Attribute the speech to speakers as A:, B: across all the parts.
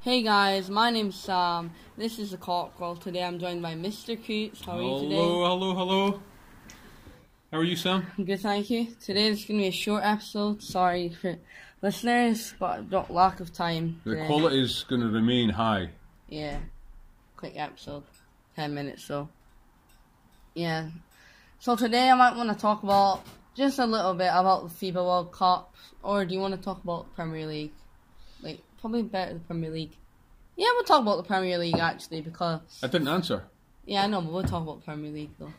A: Hey guys, my name's Sam. This is the Cockrell. Today I'm joined by Mr. Coots. How are
B: hello,
A: you today?
B: hello, hello. How are you, Sam?
A: Good, thank you. Today is going to be a short episode. Sorry for listeners, but I've got lack of time.
B: The
A: today.
B: quality is going to remain high.
A: Yeah. Quick episode. 10 minutes, so. Yeah. So today I might want to talk about just a little bit about the FIBA World Cup, or do you want to talk about Premier League? Like, probably better the Premier League. Yeah, we'll talk about the Premier League actually because.
B: I didn't answer.
A: Yeah, I know, but we'll talk about Premier League though.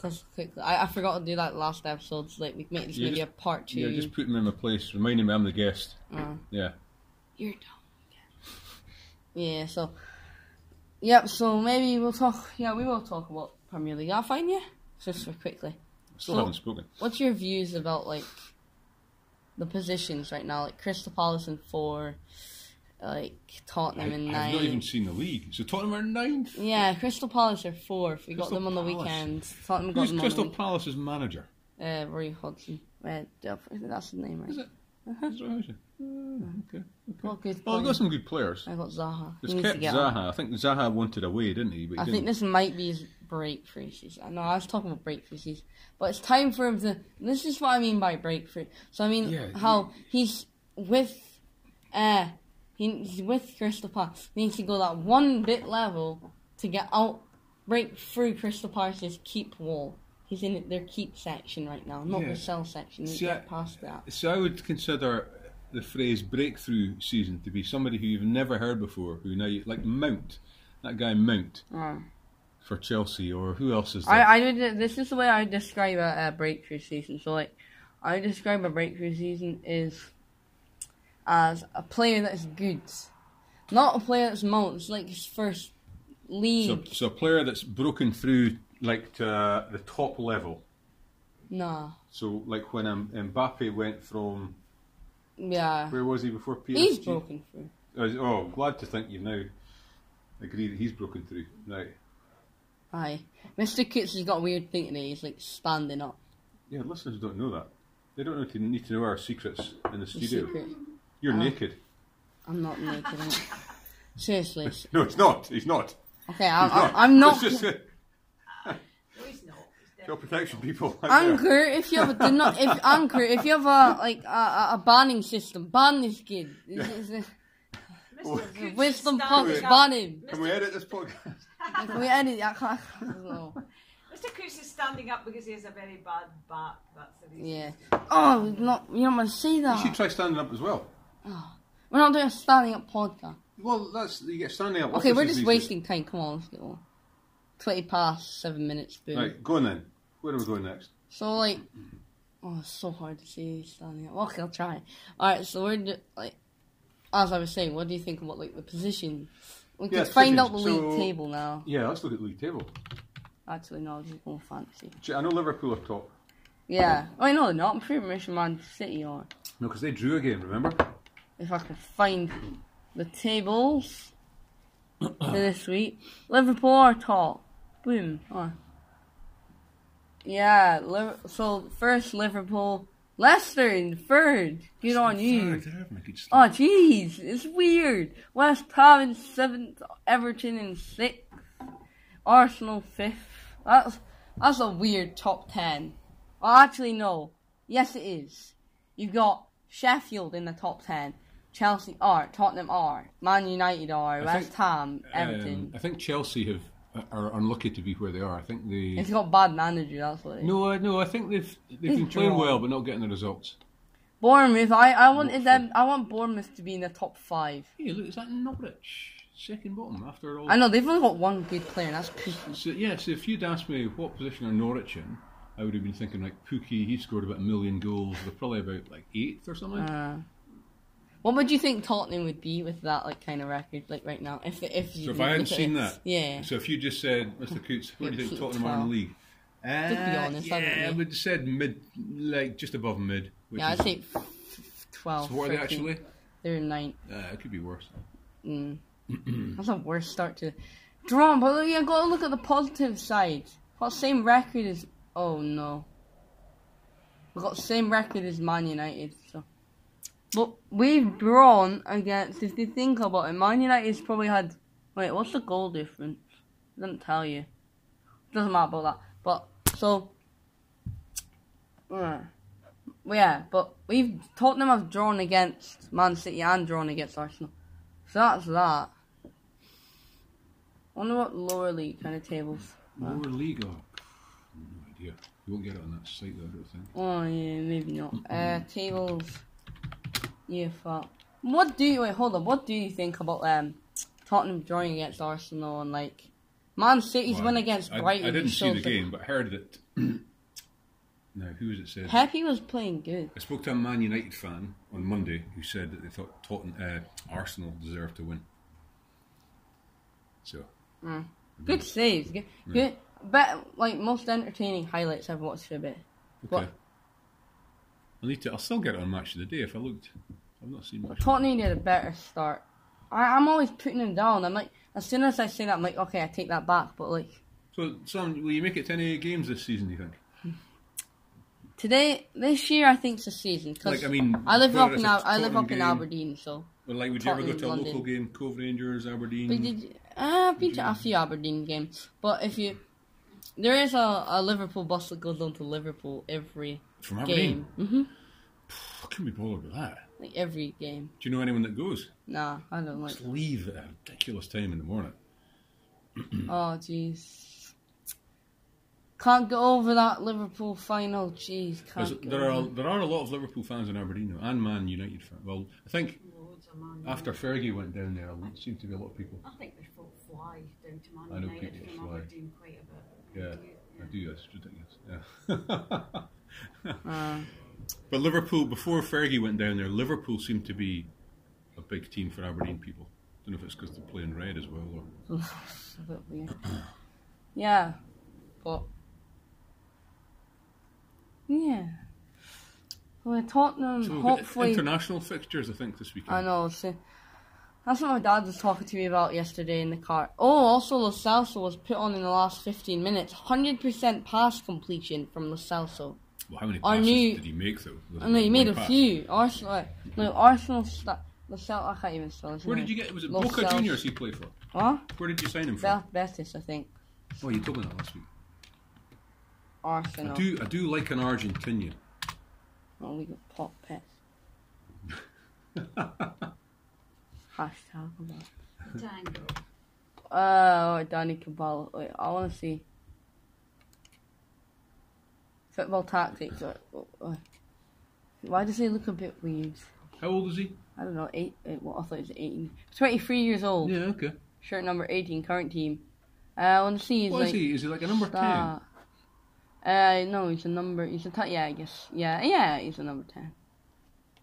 A: Cause quickly, I, I forgot to do that last episode. So, like we can make this
B: You
A: maybe
B: just-
A: a part two.
B: Yeah, just putting me in my place, reminding me I'm the guest.
A: Uh,
B: Yeah.
A: you're dumb. Yeah. yeah. So, yep. So maybe we'll talk. Yeah, we will talk about Premier League. I'll find you just for quickly.
B: Still
A: So-
B: haven't spoken.
A: What's your views about like the positions right now? Like Crystal Palace in four, like
B: I,
A: Tottenham
B: have
A: in
B: not even
A: nine.
B: seen the league. So Tottenham are ninth.
A: Yeah, Crystal Palace are fourth. We got
B: Crystal
A: them on the
B: Palace.
A: weekend. Tottenham got
B: Who's
A: them on the
B: Crystal
A: weekend.
B: Palace's manager?
A: Uh, Roy Hodgson. Uh, that's his name, right?
B: Is it?
A: Uh-huh.
B: Is it who is it? Uh, okay.
A: Well, good
B: Well,
A: point.
B: we've got some good players.
A: I got Zaha. He
B: It's
A: needs to
B: kept
A: get on.
B: Zaha. I think Zaha wanted away, didn't he? But he
A: I
B: didn't.
A: think this might be his break free season. I know I was talking about break free season, but it's time for him to. This is what I mean by break free. So I mean
B: Yeah,
A: how he's with, uh, he- he's with Crystal Palace. He needs to go that one bit level to get out, break through Crystal Palace's keep wall. He's in their keep section right now, not
B: Yeah.
A: the sell section. He
B: See, I-
A: get past that.
B: So I would consider the phrase breakthrough season to be somebody who you've never heard before, who now you like Mount, that guy Mount
A: Mm.
B: for Chelsea, or who else is there?
A: I, I would, this is the way I would describe a, a breakthrough season. So like, I would describe a breakthrough season is as a player that's good, not a player that's most It's like his first
B: so,
A: league.
B: so a player that's broken through like to uh, the top level.
A: nah,
B: So like when um, Mbappe went from
A: yeah,
B: where was he before PSG?
A: he's broken through.
B: Oh, is- Oh, glad to think you've now agreed that he's broken through. Right.
A: Aye, Mr. Coots has got a weird thing today. He's like standing up.
B: Yeah, listeners don't know that. They don't need to, need to know our secrets in
A: The
B: the studio.
A: secret. Uh.
B: You're naked.
A: I'm not naked. I'm not- Seriously. s-
B: No, he's not. He's not.
A: Okay, I'm, I'm, I'm not.
B: It's just-
C: No, he's not. He's dead.
B: Child protection people. out there.
A: Anchor, if you have a do not, if Anchor, if you have a like a, a a banning system, ban this kid. This is a-
C: Mr. Coots
A: Wisdom
C: is
A: Puffs,
C: standing up.
A: ban him.
B: Can we edit this podcast?
A: Can we edit that? I can't- I don't know.
C: Mr. Coots is standing up because he has a very bad back. That's the reason.
A: Yeah. Oh, not you don't want to see
B: You should
A: that.
B: try standing up as well.
A: We're not doing a standing up podcast.
B: Well, that's you get standing up.
A: Okay, we're just
B: offices
A: wasting time. Come on, let's get on. Twenty past seven minutes.
B: these
A: Boom.
B: days. Right, go on then. Where are we going next?
A: So like, oh, it's so hard to see standing up. Okay, I'll try. All right. So we're ju- like, as I was saying, what do you think about like the position? We can
B: Yeah,
A: find out the
B: positions.
A: league
B: So-
A: table now.
B: Yeah, let's look at the league table.
A: Actually, no, just more fancy.
B: Gee, I know Liverpool are top.
A: Yeah. Oh, no, they're not. I'm pretty sure Man City are.
B: No, because they drew again. Remember?
A: if I can find the tables for this week. Liverpool are top. Boom. Oh. Yeah, Liv- so first Liverpool. Leicester in third. Good on you. Oh, jeez. It's weird. West Ham in seventh. Everton in sixth. Arsenal fifth. That's, that's a weird top ten. Well, actually, no. Yes, it is. You've got Sheffield in the top ten. Chelsea are, Tottenham are, Man United are,
B: I think, um,
A: West Ham, Oh, Everton.
B: I think Chelsea have uh, are unlucky to be where they are. I think they.
A: it's got bad manager, that's what it is.
B: No, I- no, I think they've they've
A: They've
B: been playing
A: drawn.
B: well, but not getting the results.
A: Bournemouth, I, I wanted them I want Bournemouth to be in the top five.
B: Hey, look, is that Norwich second bottom after all?
A: I know they've only got one good player and that's Pookie.
B: So yeah, so if you'd asked me what position are Norwich in, I would have been thinking like Pookie. He scored about a million goals. They're probably about like eighth or something.
A: Uh, what would you think Tottenham would be with that like kind of record like right now? If if you
B: so if I hadn't
A: look at
B: seen
A: it?
B: that,
A: yeah,
B: So if you just said, Mr. Coots, what do you
A: Yeah,
B: think Tottenham are in the league? Uh,
A: To be honest, I don't
B: yeah,
A: know.
B: I would have said mid, like just above mid. Which
A: yeah, I'd
B: is-
A: say f- f- twelve.
B: So what are they
A: 13.
B: actually?
A: They're in ninth.
B: Uh, it could be worse.
A: Mm. That's a worse start to draw. But look, you gotta look at the positive side. What same record as? Oh no, we got same record as Man United. So But we've drawn against, if you think about it, Man United's probably had. Wait, what's the goal difference? Doesn't tell you. Doesn't matter about that. But, so. Uh, yeah, but we've. Tottenham have drawn against Man City and drawn against Arsenal. So that's that. wonder what lower league kind of tables.
B: Lower league. Oh, no idea. You won't get it on that site, though, I don't think.
A: Oh yeah, maybe not. Uh, tables. Yeah, fuck. What do you wait? Hold on. What do you think about um Tottenham drawing against Arsenal and like Man City's
B: Well,
A: win against
B: I-
A: Brighton?
B: I, didn't see
A: shows
B: the
A: that-
B: game, but heard that. now, who was it said?
A: Pepe was playing good.
B: I spoke to a Man United fan on Monday who said that they thought Totten, uh, Arsenal deserved to win. So, Mm.
A: Good saves. Good. good but like most entertaining highlights I've watched for a bit.
B: okay.
A: But-
B: I'll, need to, I'll still get it on Match of the Day if I looked. I've not seen much.
A: Tottenham did a better start. I, I'm always putting them down. I'm like, as soon as I say that, I'm like, okay, I take that back. But like
B: So, Sam, will you make it to any games this season, do you think?
A: today, this year, I think's the season. 'cause
B: Like, I mean,
A: I live
B: whether
A: up
B: it's
A: in
B: a
A: Al- I live
B: Tottenham
A: up in
B: game-
A: Aberdeen, so.
B: Or, like, would you ever go to a
A: Tottenham,
B: local
A: London.
B: game, Cove Rangers, Aberdeen?
A: We did. Uh, been to a few Aberdeen games, but if you, there is a, a Liverpool bus that goes on to Liverpool every
B: From Aberdeen?
A: game. hmm
B: I couldn't be bothered with that.
A: Like every game.
B: Do you know anyone that goes?
A: Nah, I don't like.
B: Just leave at a ridiculous time in the morning. Hmm.
A: Oh jeez. Can't get over that Liverpool final. Jeez,
B: There's-
A: can't. Get
B: there are
A: over.
B: there are a lot of Liverpool fans in Aberdeen though, and Man United fans. Well, I think
C: Loads of Man
B: after Fergie went down there, there seemed to be a lot of people.
C: I think there's folk fly down to Man
B: I know
C: United
B: people
C: from
B: fly.
C: Aberdeen quite a bit. They
B: Yeah,
C: do,
B: I do. That's ridiculous. Yeah.
A: Uh.
B: but Liverpool before Fergie went down there, Liverpool seemed to be a big team for Aberdeen people. don't know if it's because they're playing red as well or
A: It's a bit weird. Yeah, but yeah. Well, Tottenham
B: So we've got
A: Hmm, hopefully
B: international fixtures. I think this weekend.
A: I know. So that's what my dad was talking to me about yesterday in the car. Oh, also Lo Celso was put on in the last 15 minutes. 100% pass completion from Lo Celso.
B: Well, how many
A: I
B: passes
A: knew-
B: did he make though?
A: I know he made
B: One
A: a
B: pass.
A: few. Arsenal, like, no Arsenal. St- Lo Celso, I can't even spell his
B: Where
A: name.
B: did you get? Was it
A: Lo
B: Boca
A: Celso-
B: Juniors he played for?
A: Huh?
B: Where did you sign him from?
A: Bel- Betis, I think.
B: Oh, you told me that last week.
A: Arsenal.
B: I do, I do like an Argentinian.
A: Oh, we got pop pets. Hashtag. about-
C: yeah. Tango.
A: Oh, wait, Danny Cabal. Wait, I want to see. Football tactics. wait, wait, wait. Why does he look a bit weird?
B: How old is he?
A: I don't know. Eight. eight what I thought it was eighteen. Twenty-three years old.
B: Yeah, okay.
A: Shirt number eighteen. Current team. Uh, I want to see. He's
B: What
A: like,
B: is he? Is he like a number
A: star.
B: ten?
A: Uh, no, he's a number. He's a t- yeah, I guess. Yeah, yeah, he's a number ten.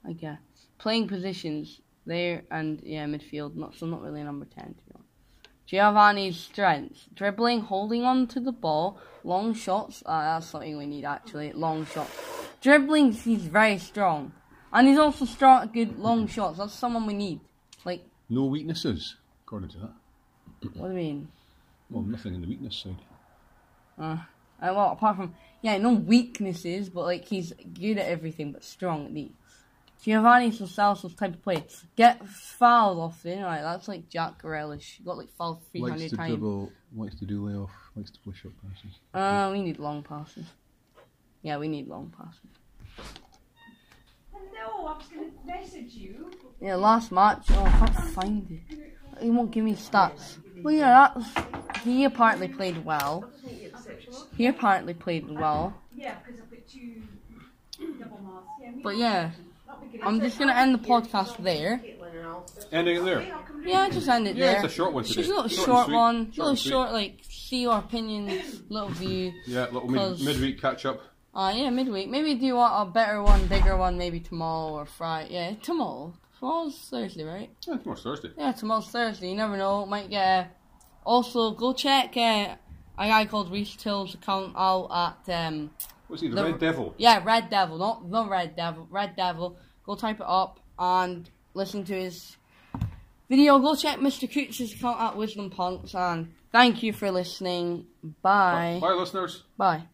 A: I guess playing positions there and yeah, midfield. Not so, not really a number ten to be honest. Giovanni's strengths: dribbling, holding on to the ball, long shots. Uh, that's something we need actually. Long shots, dribbling. He's very strong, and he's also strong at good long shots. That's someone we need. Like,
B: No weaknesses, according to that.
A: what do you mean?
B: Well, nothing in the weakness side.
A: Uh, well, apart from yeah, no weaknesses, but like he's good at everything, but strong at these. Giovanni Lo Celso's type of play get fouled often. Like that's like Jack Grealish. He got like fouled three hundred times.
B: likes to do layoff, likes to play short passes.
A: Uh, we need long passes. Yeah, we need long passes.
C: Hello, I was going to message you.
A: Yeah, last match. Oh, I can't find it. He won't give me stats. Well, yeah, that's, he apparently played well. He apparently played well.
C: Yeah, because I put two double marks. Yeah, me-
A: But yeah,
C: that'd be great.
A: I'm just gonna end the podcast there.
B: Ending it
C: Hey,
B: there.
C: I'll come
A: Yeah,
C: round.
A: just end it
B: Yeah,
A: there.
B: it's a short one
A: She's
B: today.
A: a little
B: Short and
A: short,
B: sweet.
A: one,
B: Short
A: little
B: and sweet.
A: short, like see your opinions, little view.
B: Yeah, little
A: Cause-
B: mid- midweek catch up.
A: Uh yeah, midweek. Maybe do want a better one, bigger one, maybe tomorrow or Friday. Yeah, tomorrow. Tomorrow's Thursday, right?
B: Yeah, tomorrow's Thursday.
A: Yeah, tomorrow's Thursday. You never know. Might get. A... Also, go check uh, a guy called Reese Till's account out at um,
B: What's he, the,
A: The-
B: Red Devil?
A: yeah, Red Devil, not the Red Devil, Red Devil. Go type it up and listen to his video. Go check Mr. Coots' account at Wisdom Punks and thank you for listening. Bye.
B: Bye, listeners.
A: Bye.